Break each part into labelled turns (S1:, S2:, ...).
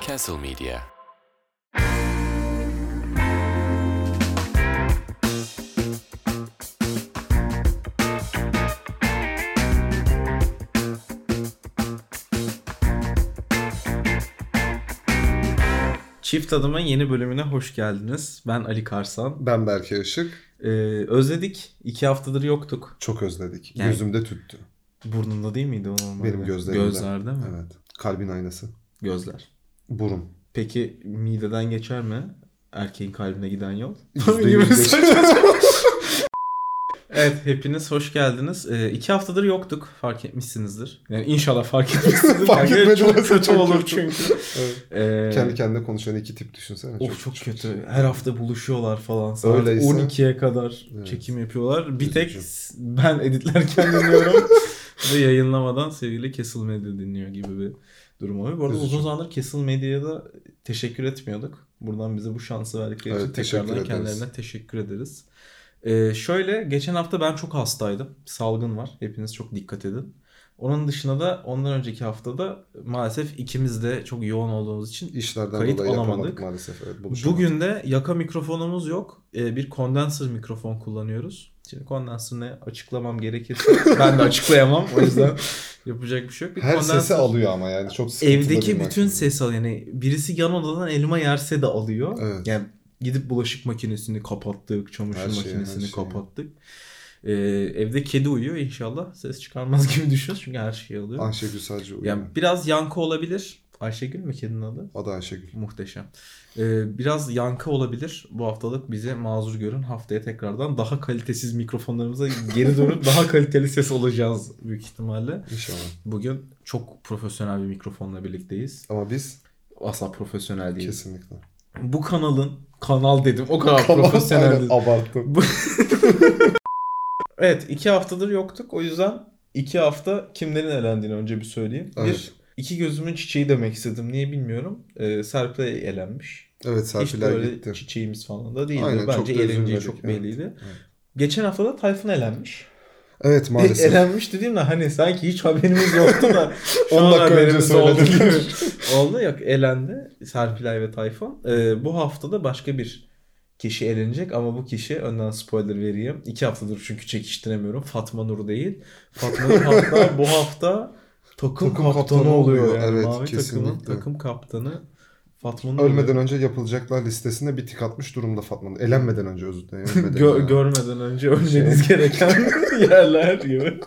S1: Castle Media.
S2: Çift Adım'ın yeni bölümüne hoş geldiniz. Ben Ali Karsan.
S3: Ben Berke Işık.
S2: Ee, özledik. İki haftadır yoktuk.
S3: Çok özledik.
S2: Yani-
S3: Gözümde tüttü.
S2: Burnunda değil miydi o normalde?
S3: Benim gözlerimde.
S2: Gözlerde mi?
S3: Evet. Kalbin aynası.
S2: Gözler.
S3: Burun.
S2: Peki mideden geçer mi? Erkeğin kalbine giden yol.
S3: Yüzde
S2: Gibi
S3: yüz geç-
S2: saçma sapan. evet hepiniz hoş geldiniz. Ee, iki haftadır yoktuk. Fark etmişsinizdir. Yani inşallah fark etmişsinizdir.
S3: Fark
S2: Yani
S3: etmedilerse
S2: Çok kötü
S3: çok
S2: olur
S3: kötü.
S2: çünkü.
S3: Evet.
S2: Ee,
S3: Kendi kendine konuşan iki tip düşünsene.
S2: Of çok kötü. Her hafta buluşuyorlar falan. Saat
S3: şey. Öyleyse.
S2: 12'ye kadar
S3: Evet.
S2: çekim yapıyorlar. Bir tek
S3: Üzücü.
S2: ben editlerken dinliyorum ve yayınlamadan sevgili Castle Media dinliyor gibi bir durum oluyor. Bu arada
S3: Üzücü.
S2: uzun zamandır Castle Medya'ya da teşekkür etmiyorduk. Buradan bize bu şansı verdikleri için
S3: Evet, teşekkür
S2: tekrardan
S3: ederiz.
S2: kendilerine teşekkür ederiz. Ee, şöyle geçen hafta ben çok hastaydım. Salgın var. Hepiniz çok dikkat edin. Onun dışında da ondan önceki haftada maalesef ikimiz de çok yoğun olduğumuz için
S3: İşlerden
S2: Kayıt
S3: dolayı
S2: alamadık.
S3: yapamadık maalesef. Evet, buluşamadık.
S2: Bugün de yaka mikrofonumuz yok. Ee, bir kondenser mikrofon kullanıyoruz. Şimdi kondenser ne açıklamam gerekirse ben de açıklayamam. O yüzden yapacak bir şey yok. Bir
S3: her
S2: kondenser-
S3: sesi alıyor ama yani çok sıkıntılı
S2: Evdeki
S3: bir
S2: bütün
S3: makine.
S2: ses alıyor. Yani birisi yan odadan elma yerse de alıyor.
S3: Evet.
S2: Yani gidip bulaşık makinesini kapattık, çamaşır
S3: Her şeyi,
S2: makinesini
S3: her şeyi.
S2: kapattık. Ee, evde kedi uyuyor inşallah. Ses çıkarmaz gibi düşünüyoruz çünkü her şeyi alıyor.
S3: Ayşegül sadece uyuyor.
S2: yani biraz yankı olabilir. Ayşegül mü kedinin adı?
S3: Adı Ayşegül.
S2: Muhteşem. Ee, biraz yankı olabilir. Bu haftalık bizi mazur görün. Haftaya tekrardan daha kalitesiz mikrofonlarımıza geri dönüp daha kaliteli ses olacağız büyük ihtimalle.
S3: İnşallah.
S2: Bugün çok profesyonel bir mikrofonla birlikteyiz.
S3: Ama biz
S2: Asla profesyonel değiliz.
S3: kesinlikle.
S2: Bu kanalın kanal dedim. O kadar
S3: Tamam,
S2: profesyonel
S3: aynen,
S2: dedim.
S3: Abarttım.
S2: Evet iki haftadır yoktuk. O yüzden iki hafta kimlerin elendiğini önce bir söyleyeyim. Bir,
S3: Evet.
S2: iki gözümün çiçeği demek istedim. Niye bilmiyorum. Ee, Serpil elenmiş.
S3: Evet
S2: Hiç
S3: Serpiler
S2: böyle
S3: gitti.
S2: çiçeğimiz falan da değildi.
S3: Aynen, çok
S2: Bence
S3: da
S2: eğlenceyi
S3: üzülmedik.
S2: çok
S3: Evet,
S2: belliydi.
S3: evet.
S2: Geçen hafta da Tayfun elenmiş.
S3: Evet maalesef.
S2: elenmiş dediğimde hani sanki hiç haberimiz yoktu da şu
S3: 10
S2: an
S3: dakika önce
S2: haberimiz oldu
S3: söylediler.
S2: gibi. oldu yok elendi Serpilay ve Tayfun. Ee, bu hafta da başka bir kişi elenecek ama bu kişi önden spoiler vereyim. İki haftadır çünkü çekiştiremiyorum. Fatma Nur değil. Fatma Nur hatta bu hafta takım,
S3: Takım
S2: kaptanı,
S3: kaptanı
S2: oluyor.
S3: oluyor,
S2: Yani
S3: evet,
S2: Mavi takımın
S3: kesinlikle.
S2: takım kaptanı Fatma Nur oluyor.
S3: Ölmeden önce yapılacaklar listesinde bir tık atmış durumda Fatma. Nur. Elenmeden önce özür dilerim. ölmeden
S2: Gö-
S3: yani.
S2: görmeden
S3: Şey
S2: önce ölmeniz gereken yerler gibi.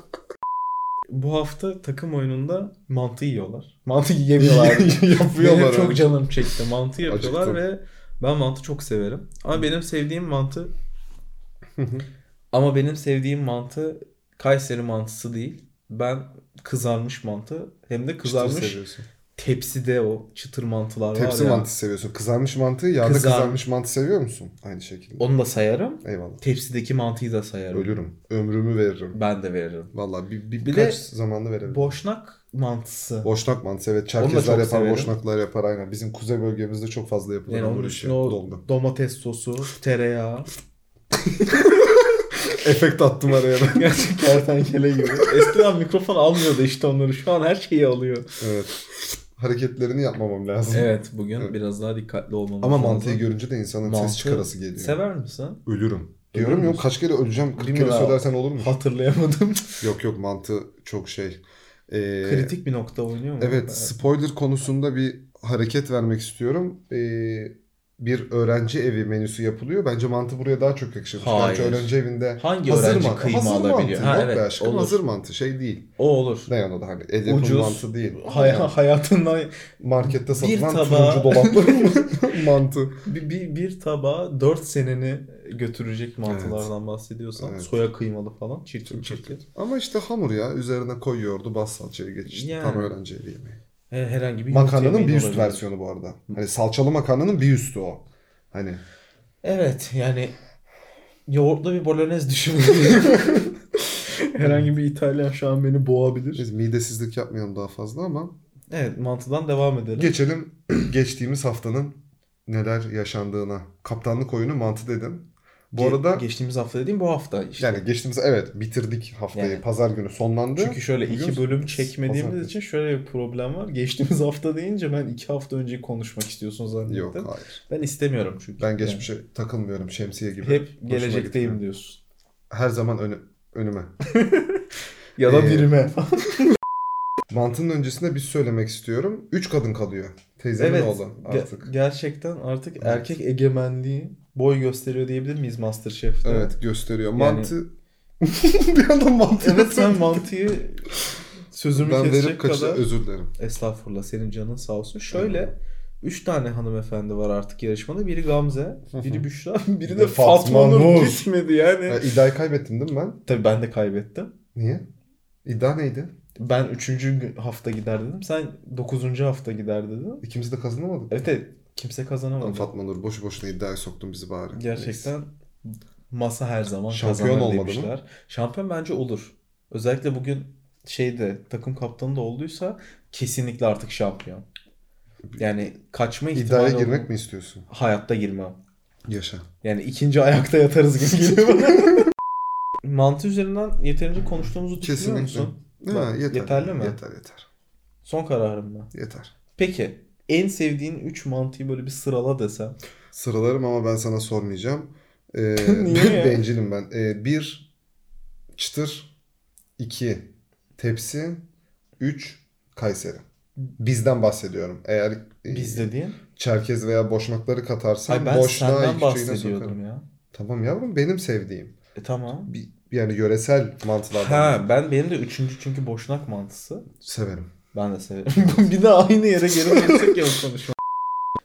S2: Bu hafta takım oyununda mantı yiyorlar. Mantı yemiyorlar.
S3: Yapıyorlar.
S2: benim çok
S3: abi.
S2: canım çekti. Mantı yapıyorlar
S3: Acıktım.
S2: ve ben mantı çok severim. Ama benim sevdiğim mantı ama benim sevdiğim mantı Kayseri mantısı değil. Ben kızarmış mantı hem de kızarmış
S3: Çıtır seviyorsun.
S2: tepside o çıtır mantılar var
S3: Tepsi
S2: ya.
S3: mantısı seviyorsun. Kızarmış mantığı yağda
S2: Kızar-
S3: kızarmış mantı seviyor musun? Aynı şekilde.
S2: Onu da sayarım.
S3: Eyvallah.
S2: Tepsideki mantıyı da sayarım.
S3: Ölürüm. Ömrümü veririm.
S2: Ben de veririm.
S3: Vallahi bir, bir,
S2: Bir
S3: birkaç
S2: de-
S3: zamanda verebilirim.
S2: Boşnak mantısı.
S3: Boşnak mantısı evet.
S2: da
S3: Çerkezler
S2: çok
S3: yapar,
S2: severim.
S3: boşnaklar yapar aynen. Bizim kuzey bölgemizde çok fazla yapılır. şey.
S2: yani onun
S3: hamur
S2: üstüne
S3: işi.
S2: o
S3: Doldu.
S2: domates sosu, tereyağı.
S3: Efekt attım araya ben.
S2: Gerçek kertenkele gibi. Eskiden mikrofon almıyordu işte onları. Şu an her şeyi alıyor.
S3: evet. Hareketlerini yapmamam lazım.
S2: Evet bugün
S3: Evet.
S2: biraz daha dikkatli olmamız
S3: Ama
S2: lazım.
S3: mantıyı görünce de insanın
S2: Mantı
S3: ses çıkarası geliyor.
S2: Sever misin?
S3: Ölürüm. Diyorum
S2: musun?
S3: yok kaç kere öleceğim? 40 kere
S2: Bilmiyorum abi.
S3: söylersen olur mu?
S2: Hatırlayamadım.
S3: Yok yok mantı çok şey. Ee,
S2: Kritik bir nokta oynuyor mu?
S3: Evet, spoiler konusunda bir hareket vermek istiyorum. Ee, bir öğrenci evi menüsü yapılıyor. Bence mantı buraya daha çok yakışır.
S2: Hayır.
S3: Bence öğrenci evinde
S2: Hangi
S3: hazır
S2: öğrenci
S3: mantı,
S2: kıyma
S3: hazır
S2: alabiliyor?
S3: mantı.
S2: Ha,
S3: Yok
S2: evet,
S3: be aşkım,
S2: olur.
S3: hazır mantı şey değil.
S2: O olur.
S3: Ne yani o da hani el yapımı
S2: Ucuz.
S3: mantı değil.
S2: Hay-
S3: Yani
S2: hayatından
S3: markette satılan
S2: tabağa-
S3: turuncu dolaplı mantı.
S2: bir, bir, bir tabağa 4 seneni götürecek mantılardan bahsediyorsan
S3: Evet.
S2: soya kıymalı falan çirkin
S3: Çok
S2: çirkin.
S3: Ama işte hamur ya üzerine koyuyordu bas salçaya geçti.
S2: Yani.
S3: Tam öğrenci evi yemeği.
S2: He, herhangi bir yumurta
S3: Makarnanın
S2: yemeği
S3: bir
S2: de
S3: üst
S2: olabilir.
S3: versiyonu bu arada. Hani salçalı makarnanın bir üstü o. Hani
S2: Evet yani yoğurtlu bir bolognese düşünün. Herhangi bir İtalyan şu an beni boğabilir.
S3: biz midesizlik yapmayalım daha fazla ama
S2: Evet mantıdan devam edelim.
S3: Geçelim geçtiğimiz haftanın neler yaşandığına. Kaptanlık oyunu mantı dedim. Bu arada
S2: geçtiğimiz hafta dediğim bu hafta işte.
S3: yani geçtiğimiz evet bitirdik haftayı.
S2: Yani.
S3: Pazar günü sonlandı.
S2: Çünkü şöyle
S3: Biliyor
S2: iki
S3: musun?
S2: bölüm çekmediğimiz
S3: Pazar
S2: için şöyle bir problem var. Geçtiğimiz hafta deyince ben iki hafta önceyi konuşmak istiyorsun zannettim.
S3: Yok hayır.
S2: Ben istemiyorum çünkü.
S3: Ben geçmişe takılmıyorum şemsiye gibi.
S2: Yani hep
S3: Hoşuma
S2: gelecekteyim
S3: gitmiyor.
S2: diyorsun.
S3: Her zaman önü- önüme.
S2: Ya da
S3: Ee,
S2: birime.
S3: Mantının öncesinde bir şey söylemek istiyorum. Üç kadın kalıyor. Teyzemin
S2: evet.
S3: oğlu
S2: ge-
S3: artık.
S2: gerçekten artık erkek egemenliği boy gösteriyor diyebilir miyiz MasterChef'te?
S3: Evet gösteriyor.
S2: Yani-
S3: Mantı bir anda mantı.
S2: Evet sen mantıyı sözümü
S3: ben
S2: kesecek
S3: verip kaçı
S2: kadar.
S3: özür dilerim.
S2: Estağfurullah senin canın sağ olsun. Şöyle 3 tane hanımefendi var artık yarışmada. Biri Gamze,
S3: hı.
S2: biri Büşra, biri de
S3: de
S2: Fatma,
S3: Fatma
S2: Nur
S3: Nur.
S2: gitmedi yani.
S3: Ya, iddiayı kaybettim değil mi ben?
S2: Tabii ben de kaybettim.
S3: Niye? İddia neydi?
S2: Ben 3. hafta gider dedim. Sen 9. hafta gider dedin.
S3: İkimiz de kazanamadık.
S2: Evet, evet kimse
S3: Lan
S2: kazanamadı.
S3: Fatma Nur boşu boşuna iddiaya soktun bizi bari. Neyse.
S2: Gerçekten masa her zaman
S3: Şampiyon
S2: kazanır
S3: olmadı mı?
S2: demişler. Şampiyon bence olur. Özellikle bugün şeyde takım kaptanı da olduysa kesinlikle artık şampiyon. Yani kaçma ihtimali
S3: İddiaya
S2: olduğunu-
S3: girmek mi istiyorsun?
S2: Hayatta girmem.
S3: Yaşa.
S2: Yani ikinci ayakta yatarız gibi geliyor bana. Mantı üzerinden yeterince konuştuğumuzu düşünüyor
S3: Kesinlikle.
S2: musun?
S3: Ha,
S2: Bak,
S3: yeter.
S2: yeterli mi?
S3: Yeter yeter.
S2: Son kararım ben.
S3: Yeter.
S2: Peki en sevdiğin 3 mantıyı böyle bir sırala desem.
S3: Sıralarım ama ben sana sormayacağım. Ee,
S2: Niye ya?
S3: bencilim ben. Ee, bir çıtır. iki tepsi. Üç Kayseri. Bizden bahsediyorum. Eğer e,
S2: Biz dediğin.
S3: Çerkez veya Boşnakları katarsan
S2: Hayır ben
S3: Boşnağı
S2: senden
S3: iki çiğne sokarım.
S2: bahsediyordum ya.
S3: Tamam yavrum benim sevdiğim.
S2: E tamam.
S3: Bir, yani yöresel mantılardan
S2: Ha ben benim de üçüncü çünkü boşnak mantısı.
S3: severim.
S2: Ben de severim. bir de aynı yere geri dönsek ya bu konuşma.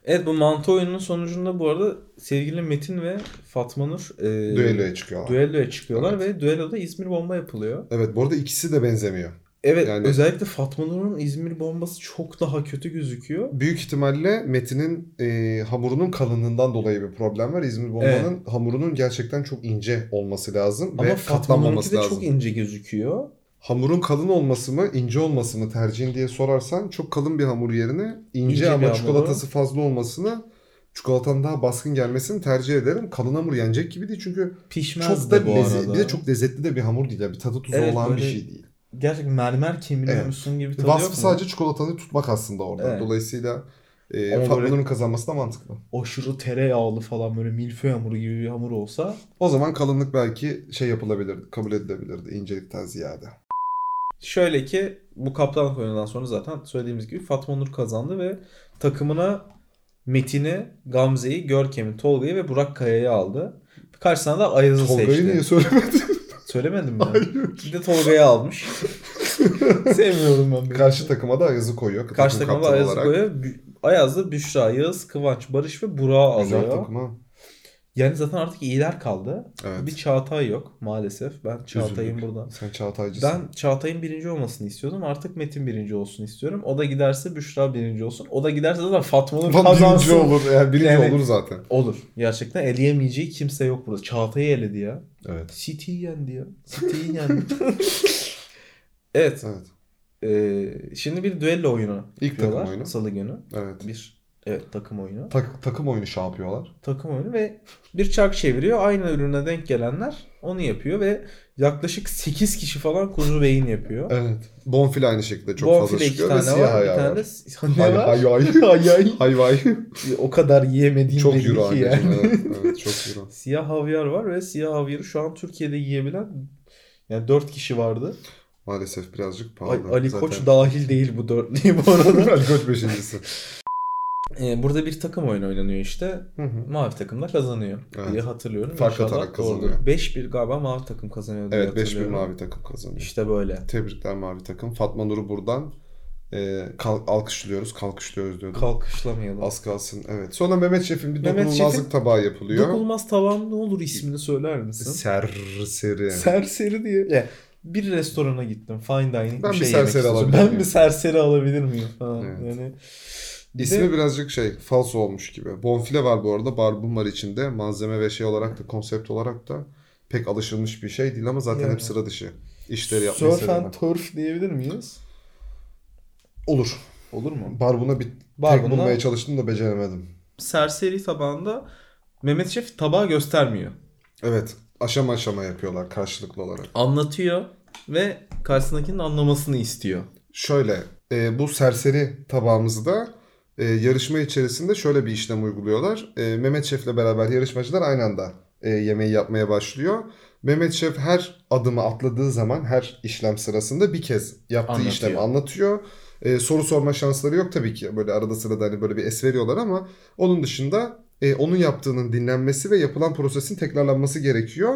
S2: Evet bu mantı oyununun sonucunda bu arada sevgili Metin ve Fatma Nur e,
S3: Düelloya çıkıyorlar.
S2: düelloya çıkıyorlar ve düelloda İzmir bomba yapılıyor.
S3: Evet bu arada ikisi de benzemiyor.
S2: Evet
S3: Yani-
S2: özellikle Fatma Nur'un İzmir bombası çok daha kötü gözüküyor.
S3: Büyük ihtimalle Metin'in e, hamurunun kalınlığından dolayı bir problem var. İzmir bombanın hamurunun gerçekten çok ince olması lazım
S2: Ama
S3: ve
S2: Fatma Nur'unki
S3: katlanmaması
S2: de
S3: lazım.
S2: çok ince gözüküyor.
S3: Hamurun kalın olması mı, ince olması mı tercihin diye sorarsan çok kalın bir hamur yerine ince,
S2: İnce bir
S3: ama
S2: hamuru.
S3: çikolatası fazla olmasını, çikolatanın daha baskın gelmesini tercih ederim. Kalın hamur yenecek gibi değil çünkü
S2: Pişmez
S3: çok
S2: de
S3: da
S2: bu
S3: lezzetli,
S2: arada.
S3: bir de çok lezzetli de bir hamur değil. Yani bir tadı tuzu
S2: Evet,
S3: olan bir
S2: böyle
S3: şey değil.
S2: Gerçekten mermer kemiriyormuşsun gibi tadı yok mu?
S3: Vasfı sadece çikolatanı tutmak aslında orada.
S2: Evet.
S3: Dolayısıyla
S2: Ama
S3: e,
S2: böyle-
S3: Fatma'nın kazanması da mantıklı.
S2: Aşırı tereyağlı falan böyle milföy hamuru gibi bir hamur olsa.
S3: O zaman kalınlık belki şey yapılabilirdi, kabul edilebilirdi incelikten ziyade.
S2: Şöyle ki bu kaptanlık oyunundan sonra zaten söylediğimiz gibi Fatma Nur kazandı ve takımına Metin'i, Gamze'yi, Görkem'i, Tolga'yı ve Burak Kaya'yı aldı. Karşısına da Ayaz'ı
S3: Tolga'yı
S2: seçti.
S3: niye söylemedin?
S2: Söylemedim mi? Bir de Tolga'yı almış. Sevmiyorum ben. böyle.
S3: Karşı takıma da Ayaz'ı koyuyor.
S2: Karşı
S3: takım
S2: takıma da
S3: kaptanı
S2: Ayaz'ı
S3: olarak.
S2: koyuyor. Bü- Ayaz'da Büşra, Yağız, Kıvanç, Barış ve Burak'ı
S3: Güzel
S2: alıyor.
S3: takıma.
S2: Yani zaten artık iyiler kaldı.
S3: Evet.
S2: Bir Çağatay yok maalesef. Ben Çağatay'ın
S3: Üzüldük.
S2: burada.
S3: Sen Çağatay'cısın.
S2: Ben Çağatay'ın birinci olmasını istiyordum. Artık Metin birinci olsun istiyorum. O da giderse Büşra birinci olsun. O da giderse zaten Fatma'nın
S3: Ulan birinci
S2: kazansın.
S3: olur. Yani birinci
S2: Yani-
S3: olur zaten.
S2: Olur. Gerçekten eleyemeyeceği kimse yok burada. Çağatay'ı eledi ya.
S3: Evet.
S2: City'yi yendi ya. City'yi yendi. evet.
S3: Evet.
S2: Ee, şimdi bir düello oyunu.
S3: İlk
S2: yapıyorlar.
S3: takım oyunu.
S2: Salı günü.
S3: Evet.
S2: Bir evet takım oyunu.
S3: Tak- takım oyunu şey yapıyorlar.
S2: Takım oyunu ve bir çark çeviriyor. Aynı ürüne denk gelenler onu yapıyor ve yaklaşık 8 kişi falan kuzu beyin yapıyor.
S3: Evet. Bonfile aynı şekilde çok fazla
S2: Bonfile iki
S3: çıkıyor ve
S2: tane
S3: siyah
S2: var. Bir
S3: ayağı
S2: tane
S3: var.
S2: de
S3: Hay
S2: siyah ne var?
S3: hay hay.
S2: Hayay.
S3: Hay hay.
S2: o kadar yiyemediğim
S3: Çok
S2: belli
S3: euro
S2: ki
S3: anneciğim.
S2: yani.
S3: Evet, evet, çok euro.
S2: Siyah havyar var ve siyah havyarı şu an Türkiye'de yiyebilen yani 4 kişi vardı.
S3: Maalesef birazcık
S2: Ay-
S3: pahalı.
S2: Ali
S3: zaten.
S2: Koç dahil değil bu dörtlüğü bu arada.
S3: Ali Koç beşincisi.
S2: Ee, burada bir takım oyunu oynanıyor işte.
S3: Hı hı.
S2: Mavi takım da kazanıyor
S3: Evet.
S2: diye hatırlıyorum.
S3: Fark
S2: İnşallah
S3: atarak
S2: doğrudur.
S3: kazanıyor.
S2: 5-1 galiba mavi takım kazanıyor diye
S3: Evet 5-1
S2: hatırlıyorum.
S3: mavi takım kazanıyor.
S2: İşte böyle.
S3: Tebrikler mavi takım. Fatma Nur'u buradan e, kal- alkışlıyoruz, kalkışlıyoruz diyordum.
S2: Kalkışlamayalım.
S3: Az kalsın evet. Sonra Mehmet Şef'in bir
S2: Mehmet
S3: dokunulmazlık
S2: Şef'in
S3: tabağı yapılıyor.
S2: Dokunulmaz tavan ne olur ismini söyler misin?
S3: Serseri.
S2: Serseri diye. Ya, bir restorana gittim. Fine dining
S3: Ben
S2: bir
S3: bir
S2: şey yemek
S3: serseri
S2: istiyorum.
S3: alabilir
S2: Ben
S3: miyim?
S2: bir serseri alabilir miyim? Falan.
S3: Evet.
S2: Yani Bir de
S3: İsmi birazcık şey falso olmuş gibi. Bonfile var bu arada. Barbun var içinde. Malzeme ve şey olarak da konsept olarak da pek alışılmış bir şey değil ama zaten
S2: Yani.
S3: hep sıra dışı. işleri yapmayı
S2: surf and
S3: seviyorum.
S2: turf diyebilir miyiz?
S3: Olur.
S2: Olur mu?
S3: Barbun'a bir tek
S2: Barbun'a
S3: bulmaya çalıştım da beceremedim.
S2: serseri tabağında Mehmet Şef tabağı göstermiyor.
S3: Evet. Aşama aşama yapıyorlar karşılıklı olarak.
S2: Anlatıyor ve karşısındakinin anlamasını istiyor.
S3: Şöyle e, bu serseri tabağımızda e, yarışma içerisinde şöyle bir işlem uyguluyorlar. E, Mehmet Şef'le beraber yarışmacılar aynı anda e, yemeği yapmaya başlıyor. Mehmet Şef her adımı atladığı zaman her işlem sırasında bir kez yaptığı
S2: Anlatıyor.
S3: işlemi anlatıyor. E, soru sorma şansları yok tabii ki. Böyle arada sırada hani böyle bir es veriyorlar ama onun dışında e, onun yaptığının dinlenmesi ve yapılan prosesin tekrarlanması gerekiyor.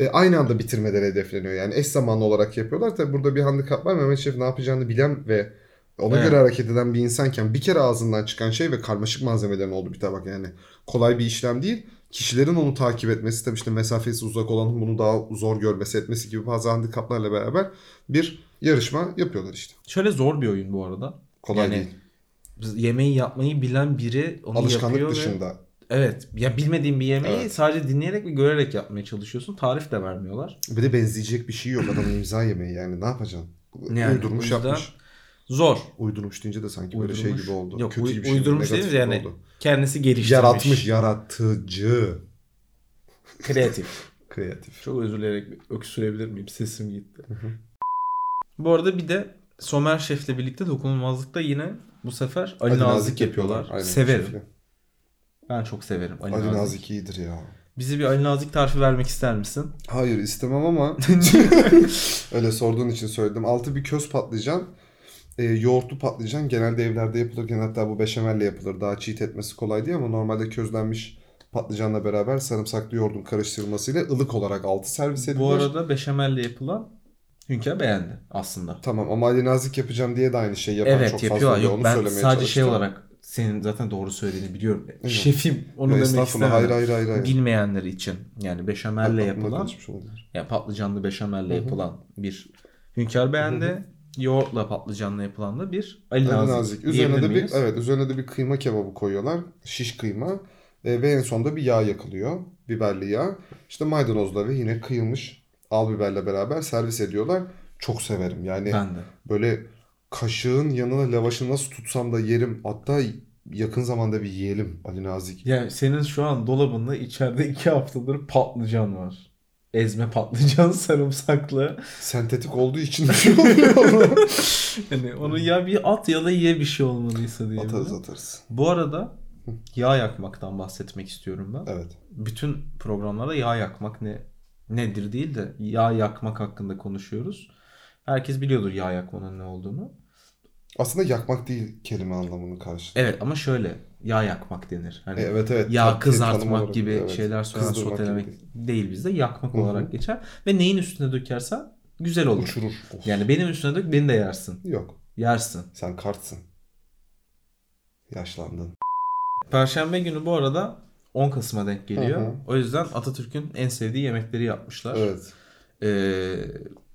S3: E, aynı anda bitirmeleri hedefleniyor. Yani eş zamanlı olarak yapıyorlar. Tabi burada bir handikap var. Mehmet Şef ne yapacağını bilen ve ona
S2: Evet.
S3: göre hareket eden bir insanken bir kere ağzından çıkan şey ve karmaşık malzemelerin olduğu bir tabak yani. Kolay bir işlem değil. Kişilerin onu takip etmesi tabii işte mesafesi uzak olanın bunu daha zor görmesi etmesi gibi bazı handikaplarla beraber bir yarışma yapıyorlar işte.
S2: Şöyle zor bir oyun bu arada.
S3: Kolay
S2: Yani
S3: değil.
S2: Biz Yemeği yapmayı bilen biri onu
S3: Alışkanlık
S2: yapıyor ve-
S3: dışında.
S2: Evet. Ya bilmediğin bir yemeği
S3: Evet.
S2: sadece dinleyerek ve görerek yapmaya çalışıyorsun. Tarif de vermiyorlar.
S3: Bir de benzeyecek bir şey yok. Adamın imza yemeği yani ne yapacaksın?
S2: Yani o
S3: uydurmuş
S2: yüzden-
S3: yapmış.
S2: Zor.
S3: Uydurmuş deyince de sanki böyle şey
S2: Uydurmuş.
S3: gibi oldu.
S2: Yok, uy-
S3: Kötü bir şey.
S2: uydurmuş değil mi?
S3: negatif gibi
S2: Yani
S3: oldu.
S2: Kendisi geliştirmiş.
S3: Yaratmış, yaratıcı,
S2: Kreatif.
S3: kreatif.
S2: Çok özür dileyerek öksürebilir miyim? Sesim gitti. bu arada bir de Somer Şef'le birlikte dokunulmazlıkta yine bu sefer Ali, Nazik, yapıyorlar.
S3: Aynen,
S2: severim.
S3: şefle.
S2: Ben çok severim Ali,
S3: Ali
S2: Nazik.
S3: Nazik iyidir ya.
S2: Bize bir Ali Nazik tarifi vermek ister misin?
S3: Hayır istemem ama öyle sorduğun için söyledim. Altı bir köz patlıcan, e, yoğurtlu patlıcan genelde evlerde yapılırken hatta bu beşamelle yapılır. Daha çiğit etmesi kolay değil ama normalde közlenmiş patlıcanla beraber sarımsaklı yoğurdun karıştırılmasıyla ılık olarak altı servis edilir.
S2: bu arada beşamelle yapılan Hünkar beğendi aslında.
S3: Tamam ama Ali Nazik yapacağım diye de aynı şeyi yapan
S2: evet
S3: çok
S2: yapıyorlar.
S3: fazla oluyor.
S2: Yok
S3: Onu
S2: ben
S3: söylemeye
S2: sadece şey
S3: çalıştım.
S2: olarak senin zaten doğru söylediğini biliyorum.
S3: Evet.
S2: Şefim onu
S3: Yok,
S2: demek
S3: estağfurullah.
S2: istemedim.
S3: Hayır hayır hayır. hayır.
S2: Bilmeyenler için yani beşamelle
S3: Aklımdan
S2: yapılan
S3: kaçmış olabilir.
S2: yani patlıcanlı beşamelle
S3: Hı hı.
S2: yapılan bir Hünkar beğendi. Yoğurtla patlıcanla yapılan da bir Ali,
S3: Ali
S2: Nazik.
S3: Nazik. Üzerine de bir
S2: diyebilir miyiz?
S3: evet üzerine de bir kıyma kebabı koyuyorlar. Şiş kıyma. E, ve en sonda bir yağ yakılıyor. Biberli yağ. İşte maydanozla ve yine kıyılmış al biberle beraber servis ediyorlar. Çok severim. Yani
S2: Ben de.
S3: böyle kaşığın yanına lavaşı nasıl tutsam da yerim. Hatta yakın zamanda bir yiyelim Ali Nazik.
S2: Yani senin şu an dolabında içeride iki haftadır patlıcan var. Ezme patlıcan sarımsaklı.
S3: Sentetik olduğu için bir şey oluyor.
S2: Yani onu ya bir at ya da ye bir şey olmalıysa diye.
S3: atarız
S2: böyle.
S3: atarız.
S2: Bu arada yağ yakmaktan bahsetmek istiyorum ben.
S3: Evet.
S2: Bütün programlarda yağ yakmak ne nedir değil de yağ yakmak hakkında konuşuyoruz. Herkes biliyordur yağ yakmanın ne olduğunu.
S3: Aslında yakmak değil kelime anlamını karşılıyor.
S2: Evet ama şöyle yağ yakmak denir. Hani
S3: E, Evet evet.
S2: yağ
S3: Tat- tanım
S2: kızartmak
S3: olarak,
S2: gibi
S3: evet.
S2: şeyler söyler
S3: Kızdırmak gibi
S2: sotelemek
S3: değil.
S2: değil bizde yakmak
S3: Hı hı.
S2: olarak geçer ve neyin üstüne dökersen güzel olur.
S3: Uçurur. Of.
S2: Yani benim üstüne dök beni de yersin.
S3: Yok.
S2: Yersin.
S3: Sen kartsın. Yaşlandın.
S2: Perşembe günü bu arada 10 Kasım'a denk geliyor.
S3: Hı hı.
S2: O yüzden Atatürk'ün en sevdiği yemekleri yapmışlar.
S3: Evet.
S2: Ee,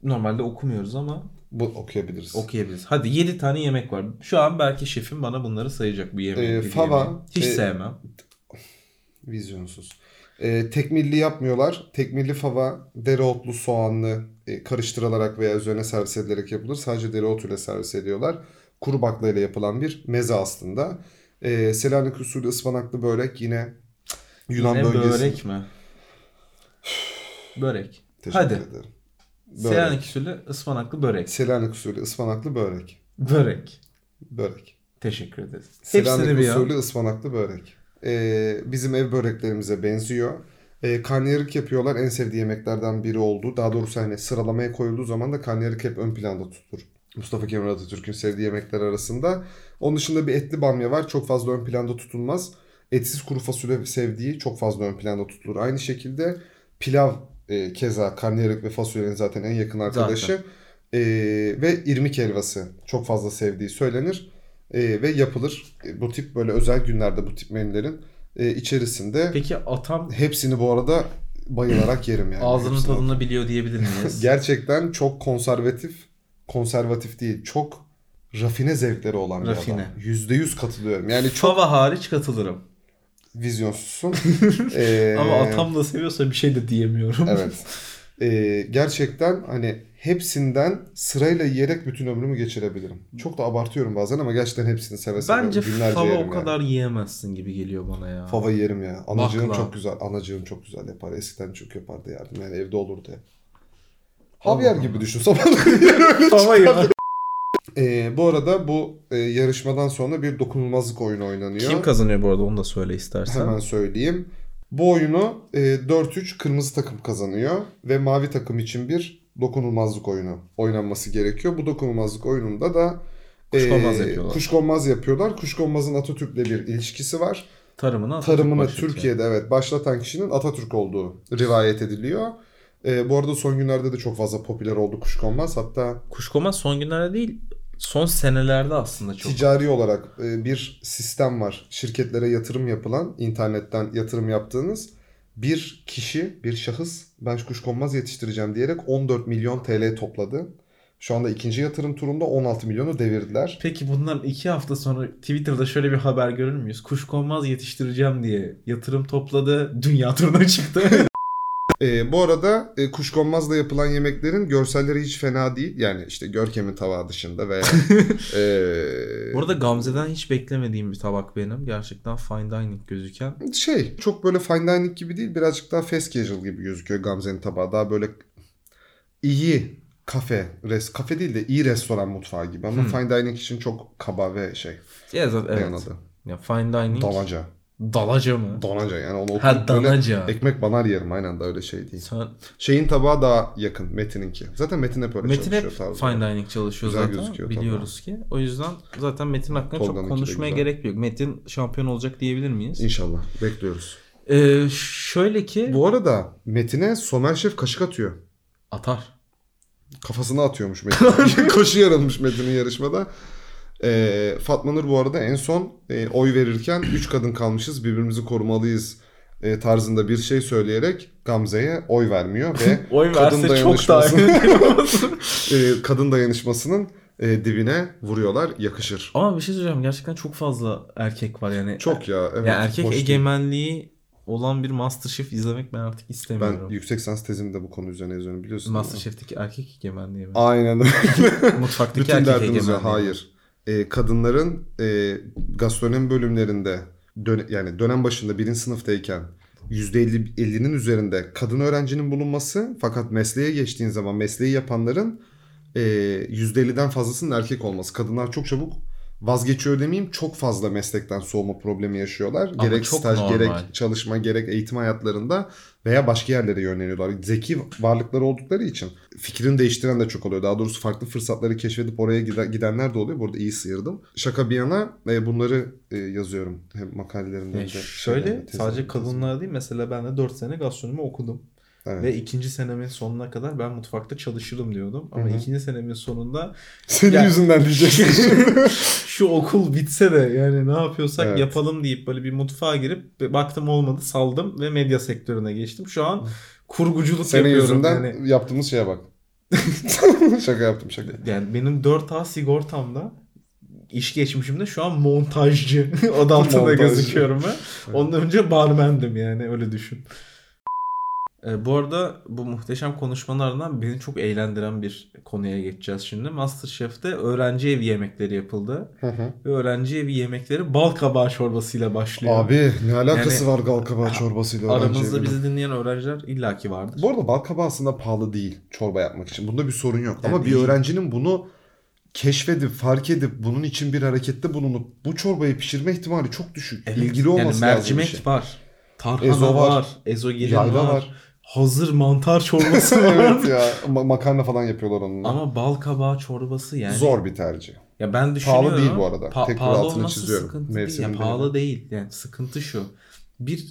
S2: normalde okumuyoruz ama
S3: Bu okuyabiliriz.
S2: okuyabiliriz. Hadi 7 tane yemek var. Şu an belki şefim bana bunları sayacak bir yemek.
S3: Ee,
S2: bir
S3: fava,
S2: yemeği. Hiç
S3: e,
S2: sevmem.
S3: Vizyonsuz. Ee, tekmilli yapmıyorlar. Tekmilli fava dereotlu soğanlı e, karıştırılarak veya üzerine servis edilerek yapılır. Sadece dereotuyla servis ediyorlar. Kuru baklayla yapılan bir meze aslında. Ee, Selanik usulü ıspanaklı börek yine Yunan
S2: Yine
S3: bölgesi.
S2: börek mi? börek.
S3: Teşekkür
S2: Hadi.
S3: ederim. Börek.
S2: Selanik usulü ıspanaklı börek.
S3: Selanik usulü ıspanaklı börek.
S2: Börek.
S3: Börek.
S2: Teşekkür ederiz. Hepsini
S3: Selanik
S2: bir ya.
S3: usulü ıspanaklı börek. Ee, bizim ev böreklerimize benziyor. Ee, karnıyarık yapıyorlar. En sevdiği yemeklerden biri oldu. Daha doğrusu hani sıralamaya koyulduğu zaman da karnıyarık hep ön planda tutulur. Mustafa Kemal Atatürk'ün sevdiği yemekler arasında. Onun dışında bir etli bamya var. Çok fazla ön planda tutulmaz. Etsiz kuru fasulye sevdiği çok fazla ön planda tutulur. Aynı şekilde pilav e, keza karnıyarık ve fasulyenin zaten en yakın arkadaşı.
S2: Zaten.
S3: Ee, ve irmik helvası çok fazla sevdiği söylenir. Ee, ve yapılır. E, Bu tip böyle özel günlerde bu tip menülerin e, içerisinde
S2: Peki atam
S3: hepsini bu arada bayılarak yerim yani.
S2: ağzının
S3: Hepsini.
S2: tadını biliyor diyebilir miyiz?
S3: Gerçekten çok konservatif, konservatif değil, çok rafine zevkleri olan bir
S2: Rafine.
S3: adam. Yüzde yüz katılıyorum. Yani çok
S2: Fava hariç katılırım.
S3: vizyonsuzsun. Ee,
S2: Ama atam da seviyorsa bir şey de diyemiyorum.
S3: Evet. Ee, gerçekten hani hepsinden sırayla yiyerek bütün ömrümü geçirebilirim. Çok da abartıyorum bazen ama gerçekten hepsini seve seve
S2: Bence
S3: günlerce
S2: fava
S3: yerim
S2: o kadar yiyemezsin gibi geliyor bana ya.
S3: Yani. Fava yerim ya. Anacığım
S2: Bakla.
S3: çok güzel. Anacığım çok güzel yapar. Eskiden çok yapardı yardım. Yani evde olurdu hep. Havyar
S2: Allah
S3: gibi
S2: Allah.
S3: düşün. Sabahları yer öyle
S2: Fava
S3: çıkar.
S2: ya.
S3: Ee, bu arada bu e, yarışmadan sonra bir dokunulmazlık oyunu oynanıyor.
S2: Kim kazanıyor bu arada onu da söyle istersen.
S3: Hemen söyleyeyim. Bu oyunu e, 4-3 kırmızı takım kazanıyor ve mavi takım için bir dokunulmazlık oyunu oynanması gerekiyor. Bu dokunulmazlık oyununda da e,
S2: Kuşkonmaz yapıyorlar.
S3: Kuşkonmaz yapıyorlar. Kuşkonmazın Atatürk'le bir ilişkisi var.
S2: Tarımını Atatürk
S3: Tarımını
S2: başlatıyor.
S3: Türkiye'de evet başlatan kişinin Atatürk olduğu rivayet ediliyor. E, bu arada son günlerde de çok fazla popüler oldu Kuşkonmaz. Hatta
S2: Kuşkonmaz son günlerde değil son senelerde aslında çok.
S3: Ticari olarak e, bir sistem var. Şirketlere yatırım yapılan, internetten yatırım yaptığınız bir kişi, bir şahıs ben kuşkonmaz yetiştireceğim diyerek 14 milyon TL topladı. Şu anda ikinci yatırım turunda 16 milyonu devirdiler.
S2: Peki bundan iki hafta sonra Twitter'da şöyle bir haber görür müyüz? Kuşkonmaz yetiştireceğim diye yatırım topladı. Dünya turuna çıktı.
S3: E, bu arada e, kuşkonmazla yapılan yemeklerin görselleri hiç fena değil. Yani işte Görkem'in tavağı dışında veya... e,
S2: bu arada Gamze'den hiç beklemediğim bir tabak benim. Gerçekten fine dining gözüken.
S3: şey çok böyle fine dining gibi değil birazcık daha fast casual gibi gözüküyor Gamze'nin tabağı. Daha böyle iyi kafe, res, kafe değil de iyi restoran mutfağı gibi ama
S2: Hmm.
S3: fine dining için çok kaba ve şey
S2: Ya zaten
S3: evet.
S2: evet. Ya fine dining.
S3: Dalaca.
S2: Dalaca mı?
S3: Dalaca yani onu
S2: ha
S3: oturup böyle
S2: dalaca.
S3: ekmek banar yerim aynen de öyle şey değil.
S2: Sen,
S3: Şeyin tabağı daha yakın Metin'inki. Zaten Metin hep öyle
S2: Metin hep
S3: çalışıyor. tarzı.
S2: fine dining çalışıyor
S3: Güzel gözüküyor
S2: zaten.
S3: tabii.
S2: Biliyoruz ki. O yüzden zaten Metin hakkında
S3: Tolga'nınki
S2: çok
S3: de
S2: konuşmaya
S3: güzel.
S2: gerek yok. Metin şampiyon olacak diyebilir miyiz?
S3: İnşallah bekliyoruz.
S2: Ee, şöyle ki
S3: Bu arada Metin'e Somer Şef kaşık atıyor.
S2: atar.
S3: Kafasına atıyormuş Metin. Koşu yarılmış Metin'in yarışmada. Ee, Fatma Nur bu arada en son e, oy verirken 3 kadın kalmışız birbirimizi korumalıyız e, tarzında bir şey söyleyerek Gamze'ye oy vermiyor ve
S2: Oy
S3: Kadın
S2: verse çok daha
S3: dayanışması.
S2: iyi.
S3: e, kadın dayanışmasının e, dibine vuruyorlar yakışır.
S2: Ama bir şey söyleyeceğim. Gerçekten çok fazla erkek var yani.
S3: Çok ya evet.
S2: ya erkek
S3: hoş değil.
S2: egemenliği olan bir MasterChef izlemek ben artık
S3: Ben
S2: istemiyorum.
S3: yüksek sans tezimde bu konu üzerine yazıyorum biliyorsun. değil mi?
S2: MasterChef'teki erkek egemenliği mi?
S3: Aynen öyle.
S2: Mutfaktaki
S3: Bütün
S2: erkek
S3: derdimiz
S2: egemenliği.
S3: o. Hayır. Ee, kadınların e, gastronomi bölümlerinde dön- yani dönem başında birinci sınıftayken %50 %50'nin üzerinde kadın öğrencinin bulunması fakat mesleğe geçtiğin zaman mesleği yapanların e, %50'den fazlasının erkek olması. Kadınlar çok çabuk vazgeçiyor demeyeyim çok fazla meslekten soğuma problemi yaşıyorlar.
S2: Ama
S3: gerek
S2: çok
S3: staj,
S2: normal.
S3: gerek çalışma, gerek eğitim hayatlarında veya başka yerlere yöneliyorlar. Zeki varlıkları oldukları için fikrini değiştiren de çok oluyor. Daha doğrusu farklı fırsatları keşfedip oraya giden- gidenler de oluyor. Burada iyi sıyırdım. Şaka bir yana e, bunları e, yazıyorum hem makalelerimde.
S2: Ya
S3: hem de
S2: şöyle
S3: şeylerimde,
S2: sadece
S3: tezlerimde.
S2: kadınlar değil mesela ben de 4 sene gastronomi okudum.
S3: Evet.
S2: Ve ikinci senemin sonuna kadar ben mutfakta çalışırım diyordum. Ama
S3: Hı hı.
S2: ikinci senemin sonunda
S3: Senin
S2: Ya-
S3: yüzünden diyeceksin.
S2: şu okul bitse de yani ne yapıyorsak
S3: Evet.
S2: yapalım deyip böyle bir mutfağa girip baktım olmadı saldım ve medya sektörüne geçtim. Şu an kurguculuk
S3: Senin
S2: yapıyorum
S3: yüzünden
S2: yani.
S3: yaptığımız şeye bak. şaka yaptım şaka.
S2: Yani benim 4A sigortamda iş geçmişimde şu an montajcı adı altında
S3: Montajcı.
S2: gözüküyorum ben. Ondan önce barmendim yani öyle düşün. E, bu arada bu muhteşem konuşmalardan beni çok eğlendiren bir konuya geçeceğiz şimdi. Masterchef'te öğrenci evi yemekleri yapıldı.
S3: Hı hı.
S2: Ve öğrenci evi yemekleri bal kabağı çorbasıyla başlıyor.
S3: Abi ne alakası
S2: Yani-
S3: var gal kabağı çorbasıyla öğrenci
S2: Aramızda
S3: evinin?
S2: bizi dinleyen öğrenciler illaki vardır.
S3: Bu arada bal kabağı aslında pahalı değil çorba yapmak için. Bunda bir sorun yok.
S2: Ya
S3: Ama bir
S2: değil.
S3: öğrencinin bunu keşfedip, fark edip bunun için bir harekette bulunup bu çorbayı pişirme ihtimali çok düşük.
S2: Evet,
S3: İlgili olması
S2: yani
S3: lazım. bir
S2: mercimek
S3: şey.
S2: var. Tarhana
S3: Ezo var.
S2: var. Ezogelin var.
S3: Yayla var.
S2: Hazır mantar çorbası var.
S3: evet ya. ma- makarna falan yapıyorlar onunla.
S2: Ama bal kabağı çorbası yani.
S3: Zor bir tercih.
S2: Ya ben düşünüyorum.
S3: değil bu arada.
S2: Pa-
S3: Tekrar
S2: pahalı
S3: altını
S2: olması
S3: çiziyorum.
S2: Sıkıntı değil.
S3: Mevsiminde
S2: Ya, pahalı değil. Yani sıkıntı şu. Bir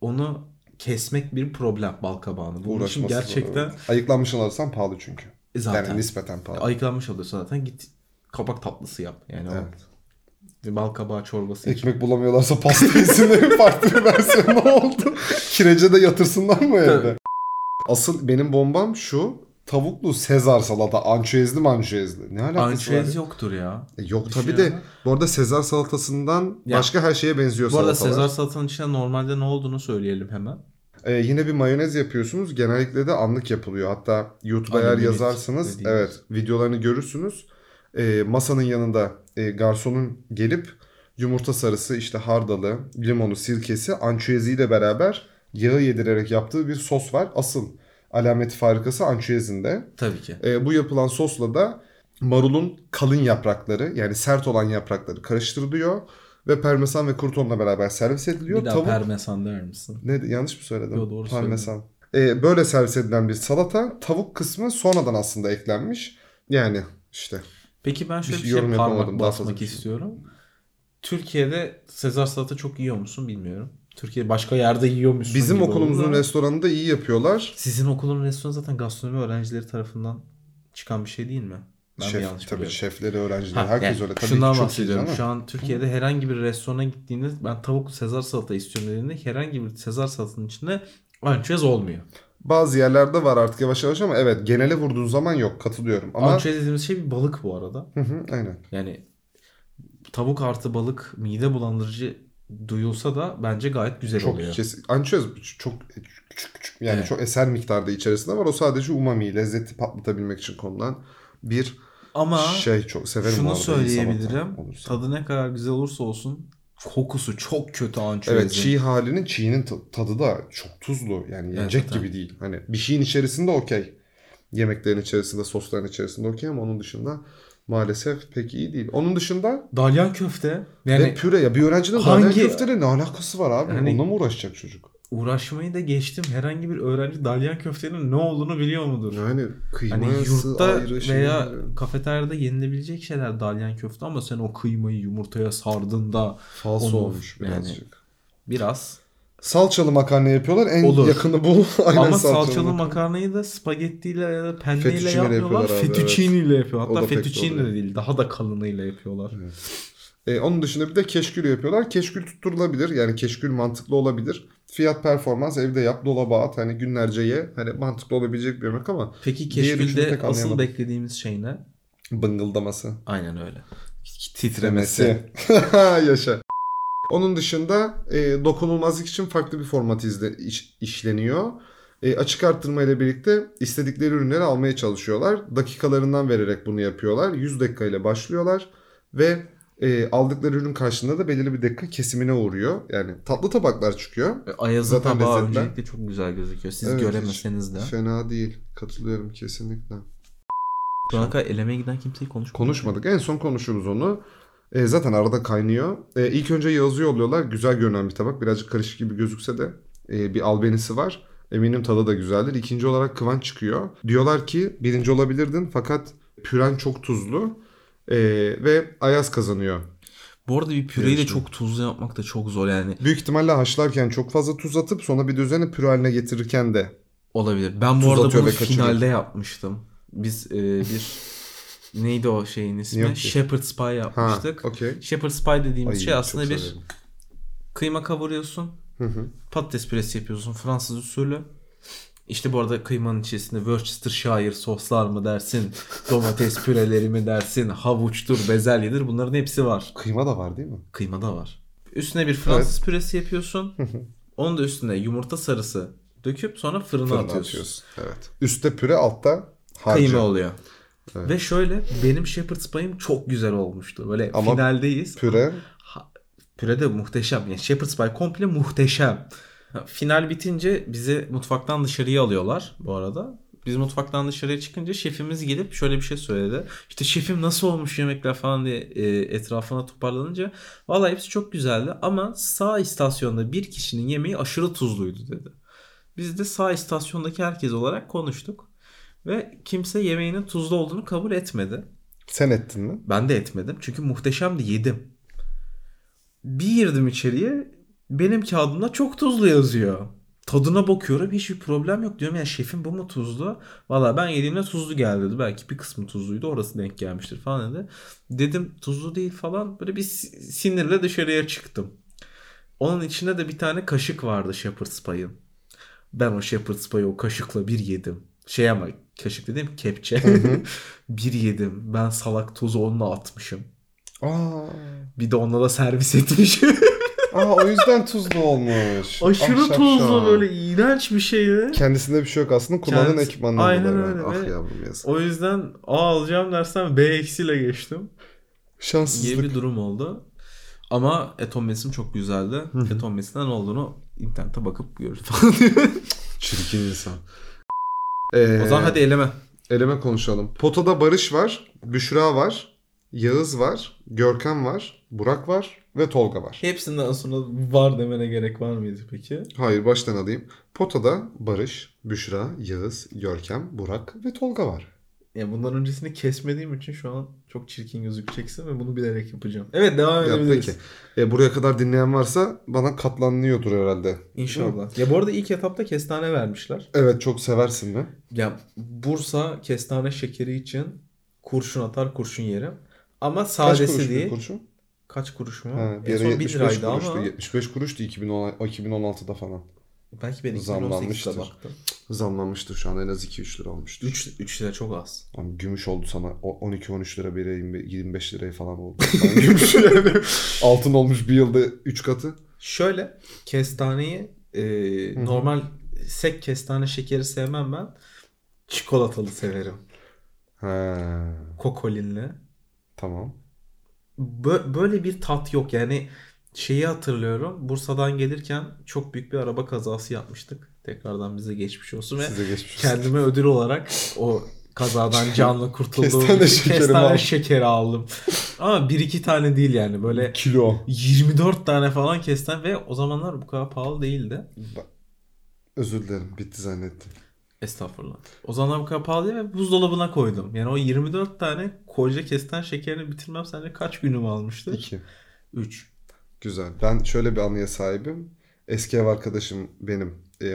S2: onu kesmek bir problem bal kabağını. Bunun için
S3: Uğraşması
S2: gerçekten
S3: zor. Ayıklanmış alırsan pahalı çünkü.
S2: E, zaten
S3: Yani nispeten pahalı.
S2: ayıklanmış oluyorsa zaten git kabak tatlısı yap. Yani o
S3: Evet.
S2: bal kabağı çorbası için.
S3: Ekmek bulamıyorlarsa pasta isimleri farklı bir versiyonu oldu. Kirece de yatırsınlar mı evde? Asıl benim bombam şu. Tavuklu Sezar salata. Ançüezli mi ançüezli? Ne alakası
S2: Ançüez
S3: var?
S2: yoktur ya.
S3: E, yok
S2: Düşünüyorum.
S3: tabii de. Bu arada Sezar salatasından
S2: Ya.
S3: başka her şeye benziyor
S2: Bu arada
S3: salatalar.
S2: Sezar salatanın içinde normalde ne olduğunu söyleyelim hemen.
S3: Ee, yine bir mayonez yapıyorsunuz. Genellikle de anlık yapılıyor. Hatta YouTube'a eğer
S2: Anonimit
S3: yazarsınız
S2: dediğimiz.
S3: evet videolarını görürsünüz. Ee, masanın yanında e, garsonun gelip yumurta sarısı, işte hardalı, limonu, sirkesi, ançüeziyle beraber yağı yedirerek yaptığı bir sos var. Asıl alameti farikası ançüezinde.
S2: Tabii ki.
S3: Ee, bu yapılan sosla da marulun kalın yaprakları yani sert olan yaprakları karıştırılıyor ve parmesan ve kurtonla beraber servis ediliyor.
S2: Bir daha
S3: Tavuk-
S2: parmesan der misin?
S3: ne yanlış mı söyledim?
S2: Yo, doğru
S3: Parmesan. Ee, böyle servis edilen bir salata. Tavuk kısmı sonradan aslında eklenmiş. Yani işte.
S2: Peki ben şöyle
S3: Bir
S2: bir şey
S3: yorum
S2: parmak
S3: yapamadım, daha fazla
S2: basmak
S3: bir şey.
S2: istiyorum. Türkiye'de Sezar salata çok yiyor musun bilmiyorum. Türkiye başka yerde yiyor musun?
S3: Bizim
S2: gibi
S3: okulumuzun
S2: oldu ama
S3: restoranında iyi yapıyorlar.
S2: Sizin okulun restoranı zaten gastronomi öğrencileri tarafından çıkan bir şey değil mi? Ben mi yanlış
S3: Şef, tabii
S2: biliyorum?
S3: şefleri, öğrencileri,
S2: Ha,
S3: herkes
S2: yani
S3: öyle. Tabii
S2: şundan
S3: ki çok iyi
S2: bahsediyorum.
S3: canım.
S2: Şu an Türkiye'de herhangi bir restorana gittiğiniz ben tavuk Sezar salata istiyorum dediğinde herhangi bir Sezar salatanın içinde ançez olmuyor.
S3: Bazı yerlerde var artık yavaş yavaş ama evet genele vurduğun zaman yok katılıyorum. Ama
S2: Ançez dediğimiz şey bir balık bu arada.
S3: Hı hı, aynen.
S2: Yani tavuk artı balık mide bulandırıcı duyulsa da bence gayet güzel
S3: Çok şey-
S2: oluyor.
S3: kesin. Ançöz çok küçük küçük yani
S2: Evet.
S3: çok eser miktarda içerisinde var. O sadece umami lezzeti patlatabilmek için konulan bir
S2: Ama
S3: şey çok severim. bu
S2: şunu
S3: arada, iyi salata
S2: söyleyebilirim.
S3: olursa.
S2: Tadı ne kadar güzel olursa olsun kokusu çok kötü ançezin.
S3: Evet çiğ halinin çiğinin ta- tadı da çok tuzlu. Yani yiyecek
S2: evet.
S3: gibi değil. Hani bir şeyin içerisinde okey. Yemeklerin içerisinde, sosların içerisinde okey ama onun dışında maalesef pek iyi değil. Onun dışında
S2: Dalyan köfte yani
S3: ve püre ya bir öğrencinin
S2: Hangi-
S3: hangi... köfteyle ne alakası var abi?
S2: Yani-
S3: Onunla mı uğraşacak çocuk?
S2: uğraşmayı da geçtim. Herhangi bir öğrenci dalyan köftenin ne olduğunu biliyor mudur?
S3: Yani
S2: Hani
S3: kıyması
S2: yurtta
S3: ayrı şey
S2: veya
S3: ayrı.
S2: kafeteryada yenilebilecek şeyler dalyan köfte ama sen o kıymayı yumurtaya sardın da
S3: falso
S2: Onu-
S3: olmuş
S2: yani-
S3: birazcık.
S2: biraz
S3: Salçalı makarna yapıyorlar. En
S2: Olur.
S3: yakını bu. Aynen
S2: Ama salçalı,
S3: salçalı makarna.
S2: makarnayı da spagettiyle ya da penneyle
S3: Fettuccine ile
S2: yapmıyorlar.
S3: yapıyorlar abi,
S2: Fettuccine'yle yapıyor.
S3: O da
S2: Hatta
S3: pek
S2: fettuccine de
S3: doğru.
S2: değil. Daha da kalınıyla yapıyorlar.
S3: E, onun dışında bir de keşkül yapıyorlar. Keşkül tutturulabilir. Yani keşkül mantıklı olabilir. Fiyat performans evde yap dolaba at. Hani günlerce ye. Hani mantıklı olabilecek bir yemek ama
S2: Peki
S3: Diğer üçünü
S2: keşkülde
S3: pek
S2: asıl
S3: anlayamadım.
S2: beklediğimiz şey ne?
S3: bıngıldaması.
S2: Aynen öyle. Titremesi.
S3: Titremesi. Yaşa. Onun dışında e, dokunulmazlık için farklı bir format izle, iş- işleniyor. E, açık arttırma ile birlikte istedikleri ürünleri almaya çalışıyorlar. Dakikalarından vererek bunu yapıyorlar. 100 dakika ile başlıyorlar ve e, aldıkları ürün karşılığında da belirli bir dakika kesimine uğruyor. Yani tatlı tabaklar çıkıyor.
S2: E, Ayazın
S3: Zaten
S2: tabağı
S3: lezzetler.
S2: öncelikle çok güzel gözüküyor. Siz
S3: Evet, şey-
S2: göremeseniz de.
S3: Fena değil. Katılıyorum kesinlikle.
S2: Şu ana kadar elemeye giden kimseyi konuşmadık.
S3: Konuşmadık. En son konuşuruz onu. E, zaten arada kaynıyor. E, ilk önce Yağız'ı yolluyorlar. Güzel görünen bir tabak. Birazcık karışık gibi gözükse de e, bir albenisi var. Eminim tadı da güzeldir. İkinci olarak Kıvanç çıkıyor. Diyorlar ki birinci olabilirdin fakat püren çok tuzlu. E, ve Ayaz kazanıyor.
S2: Bu arada bir püreyi de
S3: Yarışma.
S2: çok tuzlu yapmak da çok zor yani.
S3: Büyük ihtimalle haşlarken çok fazla tuz atıp sonra bir de üzerine püre haline getirirken de
S2: Olabilir. Ben bu
S3: Tuz
S2: arada
S3: atıyor
S2: bunu
S3: ve kaçırıyor.
S2: finalde yapmıştım. Biz e, bir neydi o şeyin ismi?
S3: Gnocchi.
S2: Shepherd's pie
S3: ha
S2: yapmıştık.
S3: okey.
S2: Shepherd pie dediğimiz
S3: Ay,
S2: şey aslında
S3: çok
S2: bir
S3: severim.
S2: kıyma kavuruyorsun.
S3: Hı hı.
S2: Patates püresi yapıyorsun Fransız usulü. İşte bu arada kıymanın içerisinde Worcestershire soslar mı dersin, domates püreleri mi dersin, havuçtur, bezelyedir bunların hepsi var.
S3: Kıyma da var değil mi?
S2: Kıymada var. Üstüne bir Fransız püresi yapıyorsun. Onun da üstüne yumurta sarısı döküp sonra fırına,
S3: Fırına
S2: atıyorsun.
S3: atıyorsun. Evet. Üste püre altta harcı.
S2: Kıyma oluyor.
S3: Evet.
S2: Ve şöyle benim Shepherd's pie'im çok güzel olmuştu. Böyle
S3: Ama
S2: finaldeyiz.
S3: Püre
S2: Ha- Püre de muhteşem. Yani Shepherd's Pie komple muhteşem. Ha, Final bitince bizi mutfaktan dışarıya alıyorlar bu arada. Biz mutfaktan dışarıya çıkınca şefimiz gelip şöyle bir şey söyledi. İşte şefim nasıl olmuş yemekler falan diye e, etrafına toparlanınca vallahi hepsi çok güzeldi ama sağ istasyonda bir kişinin yemeği aşırı tuzluydu dedi. Biz de sağ istasyondaki herkes olarak konuştuk ve kimse yemeğinin tuzlu olduğunu kabul etmedi.
S3: sen ettin mi?
S2: Ben de etmedim. Çünkü muhteşemdi yedim. Bir girdim içeriye. Benim kağıdımda çok tuzlu yazıyor. Tadına bakıyorum hiçbir problem yok diyorum ya şefim bu mu tuzlu? Valla ben yediğimde tuzlu geldi dedi. Belki bir kısmı tuzluydu orası denk gelmiştir falan dedi. Dedim tuzlu değil falan böyle bir si- sinirle dışarıya çıktım. Onun içinde de bir tane kaşık vardı Shepherd's Pie'ın. Ben o Shepherd's Pie'ı o kaşıkla bir yedim. Şey ama kaşık dediğim kepçe. bir yedim. Ben salak tozu onunla atmışım.
S3: Aa.
S2: Bir de onunla da servis etmişim.
S3: Aa o yüzden tuzlu olmuş.
S2: Aşırı
S3: Ahşap
S2: tuzlu
S3: şan.
S2: böyle iğrenç bir şeydi.
S3: Kendisinde bir şey yok aslında kullandığın
S2: Kendisi-
S3: ekipmandan
S2: Aynen
S3: dolayı.
S2: öyle
S3: Ah
S2: ve-
S3: yavrum yazık.
S2: O yüzden A alacağım dersten B eksiyle geçtim. gibi
S3: Şanssızlık.
S2: bir durum oldu. Ama Eton Mes'im çok güzeldi. Eton Mes'in ne olduğunu internete bakıp görürüz falan diyor.
S3: Çirkin insan. Ee,
S2: O zaman hadi eleme.
S3: Eleme konuşalım. Potada Barış var, Büşra var, Yağız var, Görkem var, Burak var ve Tolga var.
S2: Hepsinden sonra var demene gerek var mıydı peki?
S3: Hayır baştan alayım. Potada Barış, Büşra, Yağız, Görkem, Burak ve Tolga var.
S2: Ya bundan öncesini kesmediğim için şu an çok çirkin gözükeceksin ve bunu bilerek yapacağım. Evet devam
S3: Ya,
S2: edebiliriz.
S3: peki. E, buraya kadar dinleyen varsa bana katlanıyordur herhalde.
S2: İnşallah. Ya bu arada ilk etapta kestane vermişler.
S3: Evet çok seversin mi?
S2: Ya Bursa kestane şekeri için kurşun atar kurşun yerim. Ama
S3: Kaç
S2: sadesi
S3: kuruş bir
S2: değil.
S3: kurşun?
S2: Kaç kuruş mu?
S3: Ha, bir
S2: en
S3: ara
S2: son 1
S3: 75
S2: liraydı
S3: kuruştu.
S2: ama.
S3: 75 kuruştu 2010, 2016'da falan.
S2: Belki ben 2018'de
S3: Zamlanmıştır.
S2: baktım.
S3: Zamlanmıştır şu an en az 2-3 lira olmuştur.
S2: 3, 3 lira çok az.
S3: Abi gümüş oldu sana. O- 12-13 lira bir 25 liraya falan oldu. Sana gümüş yani. Altın olmuş bir yılda 3 katı.
S2: Şöyle kestaneyi e,
S3: hı.
S2: normal sek kestane şekeri sevmem ben. Çikolatalı severim.
S3: Ha,
S2: Kokolinli.
S3: tamam.
S2: Bö- böyle bir tat yok yani şeyi hatırlıyorum. Bursa'dan gelirken çok büyük bir araba kazası yapmıştık. Tekrardan bize geçmiş olsun ve
S3: Size geçmiş olsun.
S2: kendime ödül olarak o kazadan canlı kurtulduğum
S3: Kestane
S2: için
S3: şekeri mi
S2: kestane
S3: aldın?
S2: şekeri aldım. Ama bir iki tane değil yani böyle
S3: Kilo.
S2: 24 tane falan kestane ve o zamanlar bu kadar pahalı değildi.
S3: Ba- Özür dilerim. Bitti zannettim.
S2: Estağfurullah. O zamanlar bu kadar pahalı değil ve buzdolabına koydum. Yani o 24 tane koca kestane şekerini bitirmem sence kaç günümü almıştı?
S3: 2.
S2: 3.
S3: Güzel. Ben şöyle bir anıya sahibim. Eski ev arkadaşım benim e,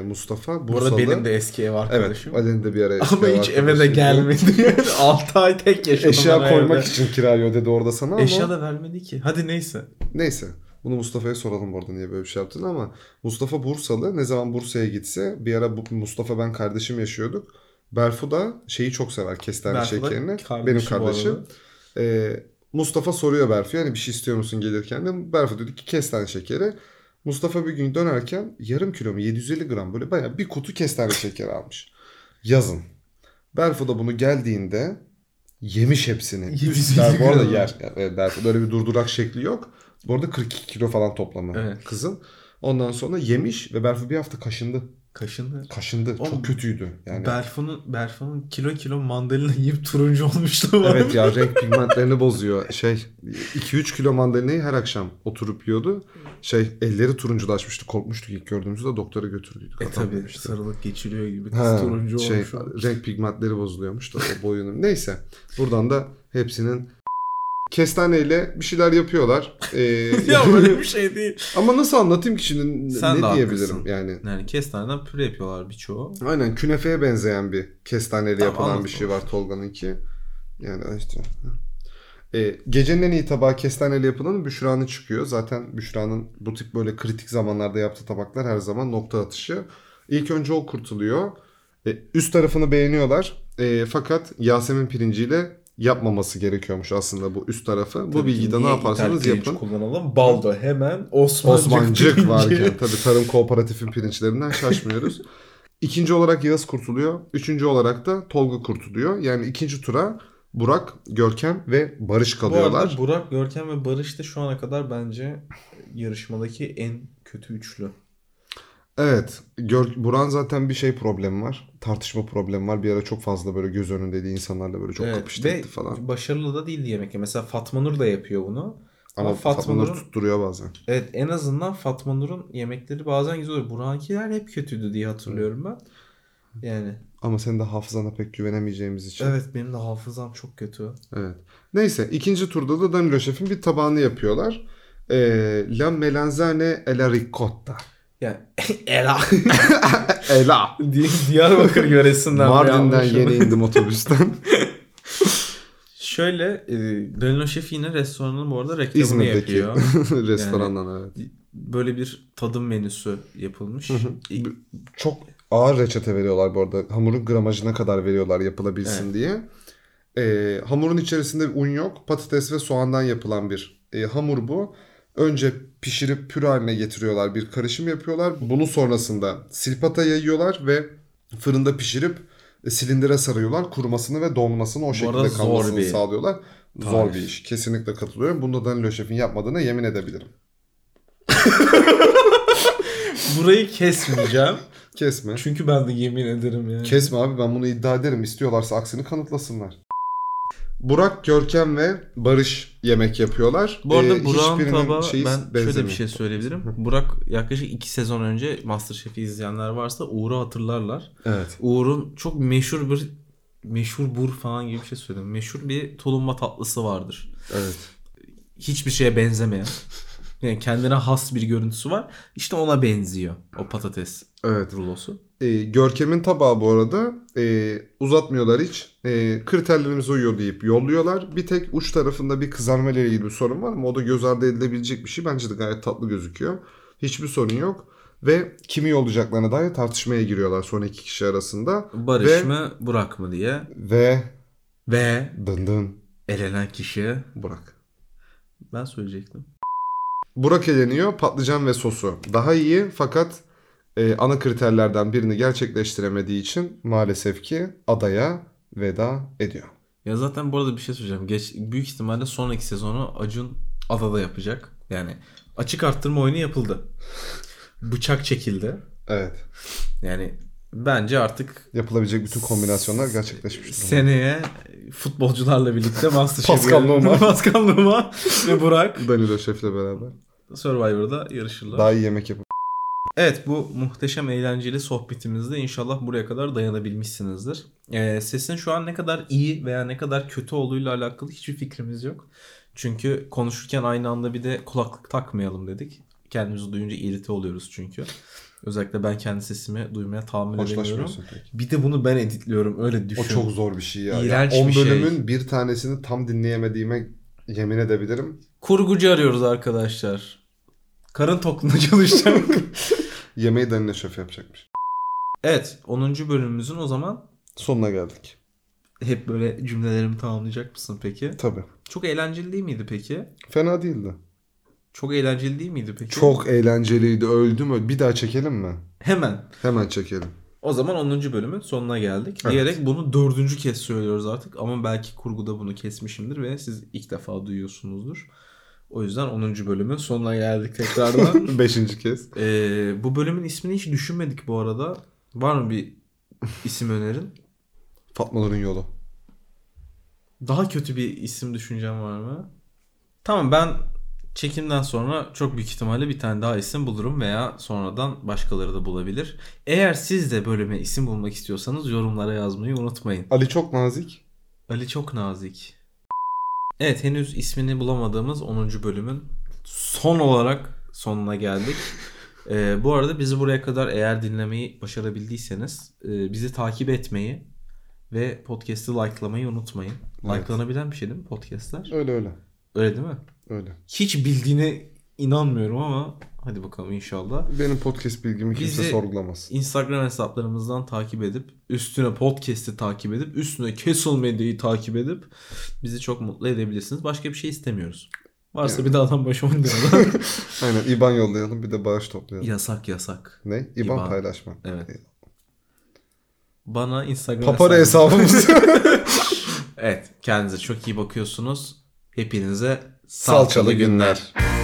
S2: Bu
S3: Mustafa. Bursalı.
S2: arada benim de eski ev arkadaşım.
S3: Evet. Ali'nin de bir ara eski
S2: Ama
S3: ev
S2: hiç eve de
S3: arkadaşıydı.
S2: gelmedi. Yani 6 ay tek yaşadım.
S3: Eşya
S2: ben
S3: koymak
S2: evde.
S3: için kiralıyor dedi orada sana ama.
S2: Eşya da vermedi ki. Hadi neyse.
S3: Neyse. Bunu Mustafa'ya soralım bu arada niye böyle bir şey yaptın ama Mustafa Bursalı ne zaman Bursa'ya gitse bir ara bu, Mustafa ben kardeşim yaşıyorduk. Berfu da şeyi çok sever kestane
S2: Berfu da
S3: şekerini.
S2: kardeşi
S3: Benim
S2: bu
S3: kardeşim.
S2: arada.
S3: Ee, Mustafa soruyor Berfu'ya hani bir şey istiyor musun gelirken de Berfu dedi ki kestane şekeri. Mustafa bir gün dönerken yarım kilo mu 750 gram böyle bayağı bir kutu kestane şekeri almış. Yazın. Berfu da bunu geldiğinde yemiş hepsini.
S2: 750
S3: Üstler bu arada
S2: gram.
S3: yer. Yani Berfu'da öyle bir durdurak şekli yok. Bu arada 42 kilo falan toplamı
S2: Evet.
S3: kızın. Ondan sonra yemiş ve Berfu bir hafta kaşındı.
S2: Kaşındı.
S3: Kaşındı.
S2: Oğlum,
S3: Çok kötüydü. Yani
S2: Berfu'nun Berfu'nun kilo kilo mandalina yiyip turuncu olmuştu. var.
S3: Evet ya renk pigmentlerini bozuyor. Şey 2-3 kilo mandalinayı her akşam oturup yiyordu. Şey elleri turunculaşmıştı. Korkmuştuk ilk gördüğümüzde doktora götürdük.
S2: E
S3: Adam
S2: tabi
S3: demişti.
S2: sarılık geçiriyor gibi. Kız
S3: Ha,
S2: turuncu
S3: şey,
S2: olmuş. olmuş.
S3: renk pigmentleri bozuluyormuş da o boyunun. Neyse buradan da hepsinin kestaneyle bir şeyler yapıyorlar. Ee,
S2: ya böyle bir şey değil.
S3: Ama nasıl anlatayım ki şimdi
S2: Sen de
S3: ne
S2: haklısın.
S3: diyebilirim yani.
S2: Yani kestaneden püre yapıyorlar birçoğu.
S3: Aynen künefeye benzeyen bir kestaneyle
S2: Tamam,
S3: yapılan bir
S2: anladım.
S3: şey var Tolga'nınki. Yani işte. E, gecenin en iyi tabağı kestaneyle yapılanın Büşra'nın çıkıyor. Zaten Büşra'nın bu tip böyle kritik zamanlarda yaptığı tabaklar her zaman nokta atışı. İlk önce o kurtuluyor. E, üst tarafını beğeniyorlar. E, fakat Yasemin pirinciyle yapmaması gerekiyormuş aslında bu üst tarafı. Bu
S2: Tabii ki
S3: bilgide ne
S2: niye
S3: yaparsanız
S2: ithal
S3: yapın.
S2: pirinç Kullanalım. Baldo hemen Osmancık,
S3: Osmancık
S2: pirinci.
S3: varken tabii tarım kooperatifin pirinçlerinden şaşmıyoruz. İkinci olarak Yağız kurtuluyor. Üçüncü olarak da Tolga kurtuluyor. Yani ikinci tura Burak, Görkem ve Barış
S2: Bu
S3: kalıyorlar.
S2: arada Burak, Görkem ve Barış da şu ana kadar bence yarışmadaki en kötü üçlü.
S3: Evet. Gör, Burak'ın zaten bir şey problemi var. Tartışma problemi var. Bir ara çok fazla böyle göz önündeydi. insanlarla böyle çok
S2: Evet,
S3: kapıştı
S2: ve
S3: etti falan.
S2: başarılı da değildi yemek. Mesela Fatma Nur da yapıyor bunu.
S3: Ama
S2: ama
S3: Fatma,
S2: Fatma
S3: Nur
S2: Nur'un-
S3: tutturuyor bazen.
S2: Evet en azından Fatma Nur'un yemekleri bazen güzel oluyor. Burak'ınkiler hep kötüydü diye hatırlıyorum ben. Yani
S3: Ama senin de hafızana pek güvenemeyeceğimiz için.
S2: evet benim de hafızam çok kötü.
S3: Evet. Neyse ikinci turda da Danilo Şef'in bir tabağını yapıyorlar. Ee, La melanzane e la ricotta.
S2: Yani Ela
S3: Ela.
S2: Di- Diyarbakır yöresinden.
S3: Mardin'den
S2: bir
S3: yeni
S2: almışım.
S3: indim otobüsten.
S2: Şöyle e, Danilo Şef yine restoranın bu arada reklamını
S3: İzmir'deki
S2: yapıyor.
S3: restorandan evet.
S2: Böyle bir tadım menüsü yapılmış. İlk-
S3: Çok ağır reçete veriyorlar bu arada. Hamurun gramajına kadar veriyorlar yapılabilsin diye. Ee, hamurun içerisinde un yok. Patates ve soğandan yapılan bir e, hamur bu. Önce pişirip püre haline getiriyorlar. Bir karışım yapıyorlar. Bunu sonrasında silpata yayıyorlar ve fırında pişirip e, silindire sarıyorlar. Kurumasını ve donmasını o şekilde
S4: arada zor
S3: kalmasını
S4: bir
S3: sağlıyorlar. Zor
S4: tarif.
S3: bir iş. Kesinlikle katılıyorum. Bunda Danilo Şef'in yapmadığına yemin edebilirim.
S4: Burayı kesmeyeceğim.
S3: Kesme.
S4: Çünkü ben de yemin ederim yani.
S3: Kesme abi ben bunu iddia ederim. İstiyorlarsa aksini kanıtlasınlar. Burak, Görkem ve Barış yemek yapıyorlar.
S2: Bu arada
S3: Ee,
S2: Burak'ın
S3: hiçbirinin
S2: tabağı
S3: şeyi
S2: ben şöyle
S3: benzemiyor.
S2: bir şey söyleyebilirim. Burak yaklaşık 2 sezon önce Masterchef'i izleyenler varsa Uğur'u hatırlarlar.
S3: Evet.
S2: Uğur'un çok meşhur bir meşhur bur falan gibi bir şey söyledim. Meşhur bir tulumba tatlısı vardır.
S3: Evet.
S2: Hiçbir şeye benzemeyen. Yani kendine has bir görüntüsü var. İşte ona benziyor o patates
S3: Evet.
S2: rulosu.
S3: Ee, Görkem'in tabağı bu arada ee, uzatmıyorlar hiç. Ee, kriterlerimize uyuyor deyip yolluyorlar. Bir tek uç tarafında bir kızarma ile ilgili bir sorun var ama o da göz ardı edilebilecek bir şey. Bence de gayet tatlı gözüküyor. Hiçbir sorun yok. Ve kimi yollayacaklarına dair tartışmaya giriyorlar son iki kişi arasında.
S2: Barış
S3: Ve-
S2: mı Burak mı diye.
S3: Ve
S2: Ve
S3: dın dın
S2: elenen kişi
S3: Burak.
S2: ben söyleyecektim.
S3: Burak eleniyor patlıcan ve sosu. Daha iyi fakat e, ana kriterlerden birini gerçekleştiremediği için maalesef ki adaya veda ediyor.
S2: Ya zaten bu arada bir şey söyleyeceğim. Geç, büyük ihtimalle sonraki sezonu Acun adada yapacak. Yani açık arttırma oyunu yapıldı. Bıçak çekildi.
S3: Evet.
S2: Yani bence artık
S3: Yapılabilecek bütün kombinasyonlar gerçekleşmiş durumda.
S2: seneye futbolcularla birlikte Masterchef'e
S3: Pascal Numa.
S2: Pascal Numa ve Burak
S3: Danilo Şef'le beraber.
S2: Survivor'da yarışırlar.
S3: Daha iyi yemek yapıp.
S2: Evet bu muhteşem eğlenceli sohbetimizde inşallah buraya kadar dayanabilmişsinizdir. Ee, sesin şu an ne kadar iyi veya ne kadar kötü olduğuyla alakalı hiçbir fikrimiz yok. Çünkü konuşurken aynı anda bir de kulaklık takmayalım dedik. Kendimizi duyunca irite oluyoruz çünkü. Özellikle ben kendi sesimi duymaya tahammül edemiyorum.
S3: Hoşlaşmıyorsun pek.
S2: Bir de bunu ben editliyorum öyle düşün.
S3: O çok zor bir şey ya.
S2: İğrenç
S3: ya 10
S2: bir şey.
S3: bölümün bir tanesini tam dinleyemediğime yemin edebilirim.
S2: Kurgucu arıyoruz arkadaşlar. Karın tokluğunda çalışacağım.
S3: Yemeği Danilo Şef yapacakmış.
S2: evet 10. bölümümüzün o zaman
S3: Sonuna geldik.
S2: hep böyle cümlelerimi tamamlayacak mısın peki?
S3: Tabii.
S2: Çok eğlenceli değil miydi peki?
S3: Fena değildi.
S2: Çok eğlenceli değil miydi peki?
S3: Çok eğlenceliydi. Öldüm öldüm. Bir daha çekelim mi?
S2: Hemen.
S3: Hemen çekelim.
S2: O zaman 10. bölümün sonuna geldik.
S3: Evet.
S2: Diyerek bunu dördüncü kez söylüyoruz artık. Ama belki kurguda bunu kesmişimdir ve siz ilk defa duyuyorsunuzdur. O yüzden 10. bölümün sonuna geldik tekrardan.
S3: Beşinci kez.
S2: Ee, bu bölümün ismini hiç düşünmedik bu arada. Var mı bir isim önerin?
S3: Fatmaların yolu.
S2: Daha kötü bir isim düşüncen var mı? Tamam ben çekimden sonra çok büyük ihtimalle bir tane daha isim bulurum veya sonradan başkaları da bulabilir. Eğer siz de bölüme isim bulmak istiyorsanız yorumlara yazmayı unutmayın.
S3: Ali çok nazik.
S2: Ali çok nazik. Evet henüz ismini bulamadığımız 10. bölümün son olarak sonuna geldik. Ee, bu arada bizi buraya kadar eğer dinlemeyi başarabildiyseniz e, bizi takip etmeyi ve podcast'i likelamayı unutmayın.
S3: Evet.
S2: Likelanabilen bir şey değil mi podcast'ler?
S3: Öyle öyle.
S2: Öyle değil mi?
S3: Öyle.
S2: Hiç bildiğine inanmıyorum ama hadi bakalım inşallah.
S3: Benim podcast bilgimi kimse
S2: Bizi-
S3: sorgulamaz.
S2: Instagram hesaplarımızdan takip edip üstüne podcast'i takip edip üstüne Castle Medya'yı takip edip bizi çok mutlu edebilirsiniz. Başka bir şey istemiyoruz. Varsa bir de adam başı 10 lira.
S3: Aynen IBAN yollayalım bir de bağış toplayalım.
S2: yasak yasak.
S3: Ne? IBAN,
S2: İBAN.
S3: paylaşma.
S2: Evet. Bana Instagram
S3: Papara
S2: hesabı-
S3: hesabımız
S2: Evet. Kendinize çok iyi bakıyorsunuz. Hepinize
S3: salçalı günler.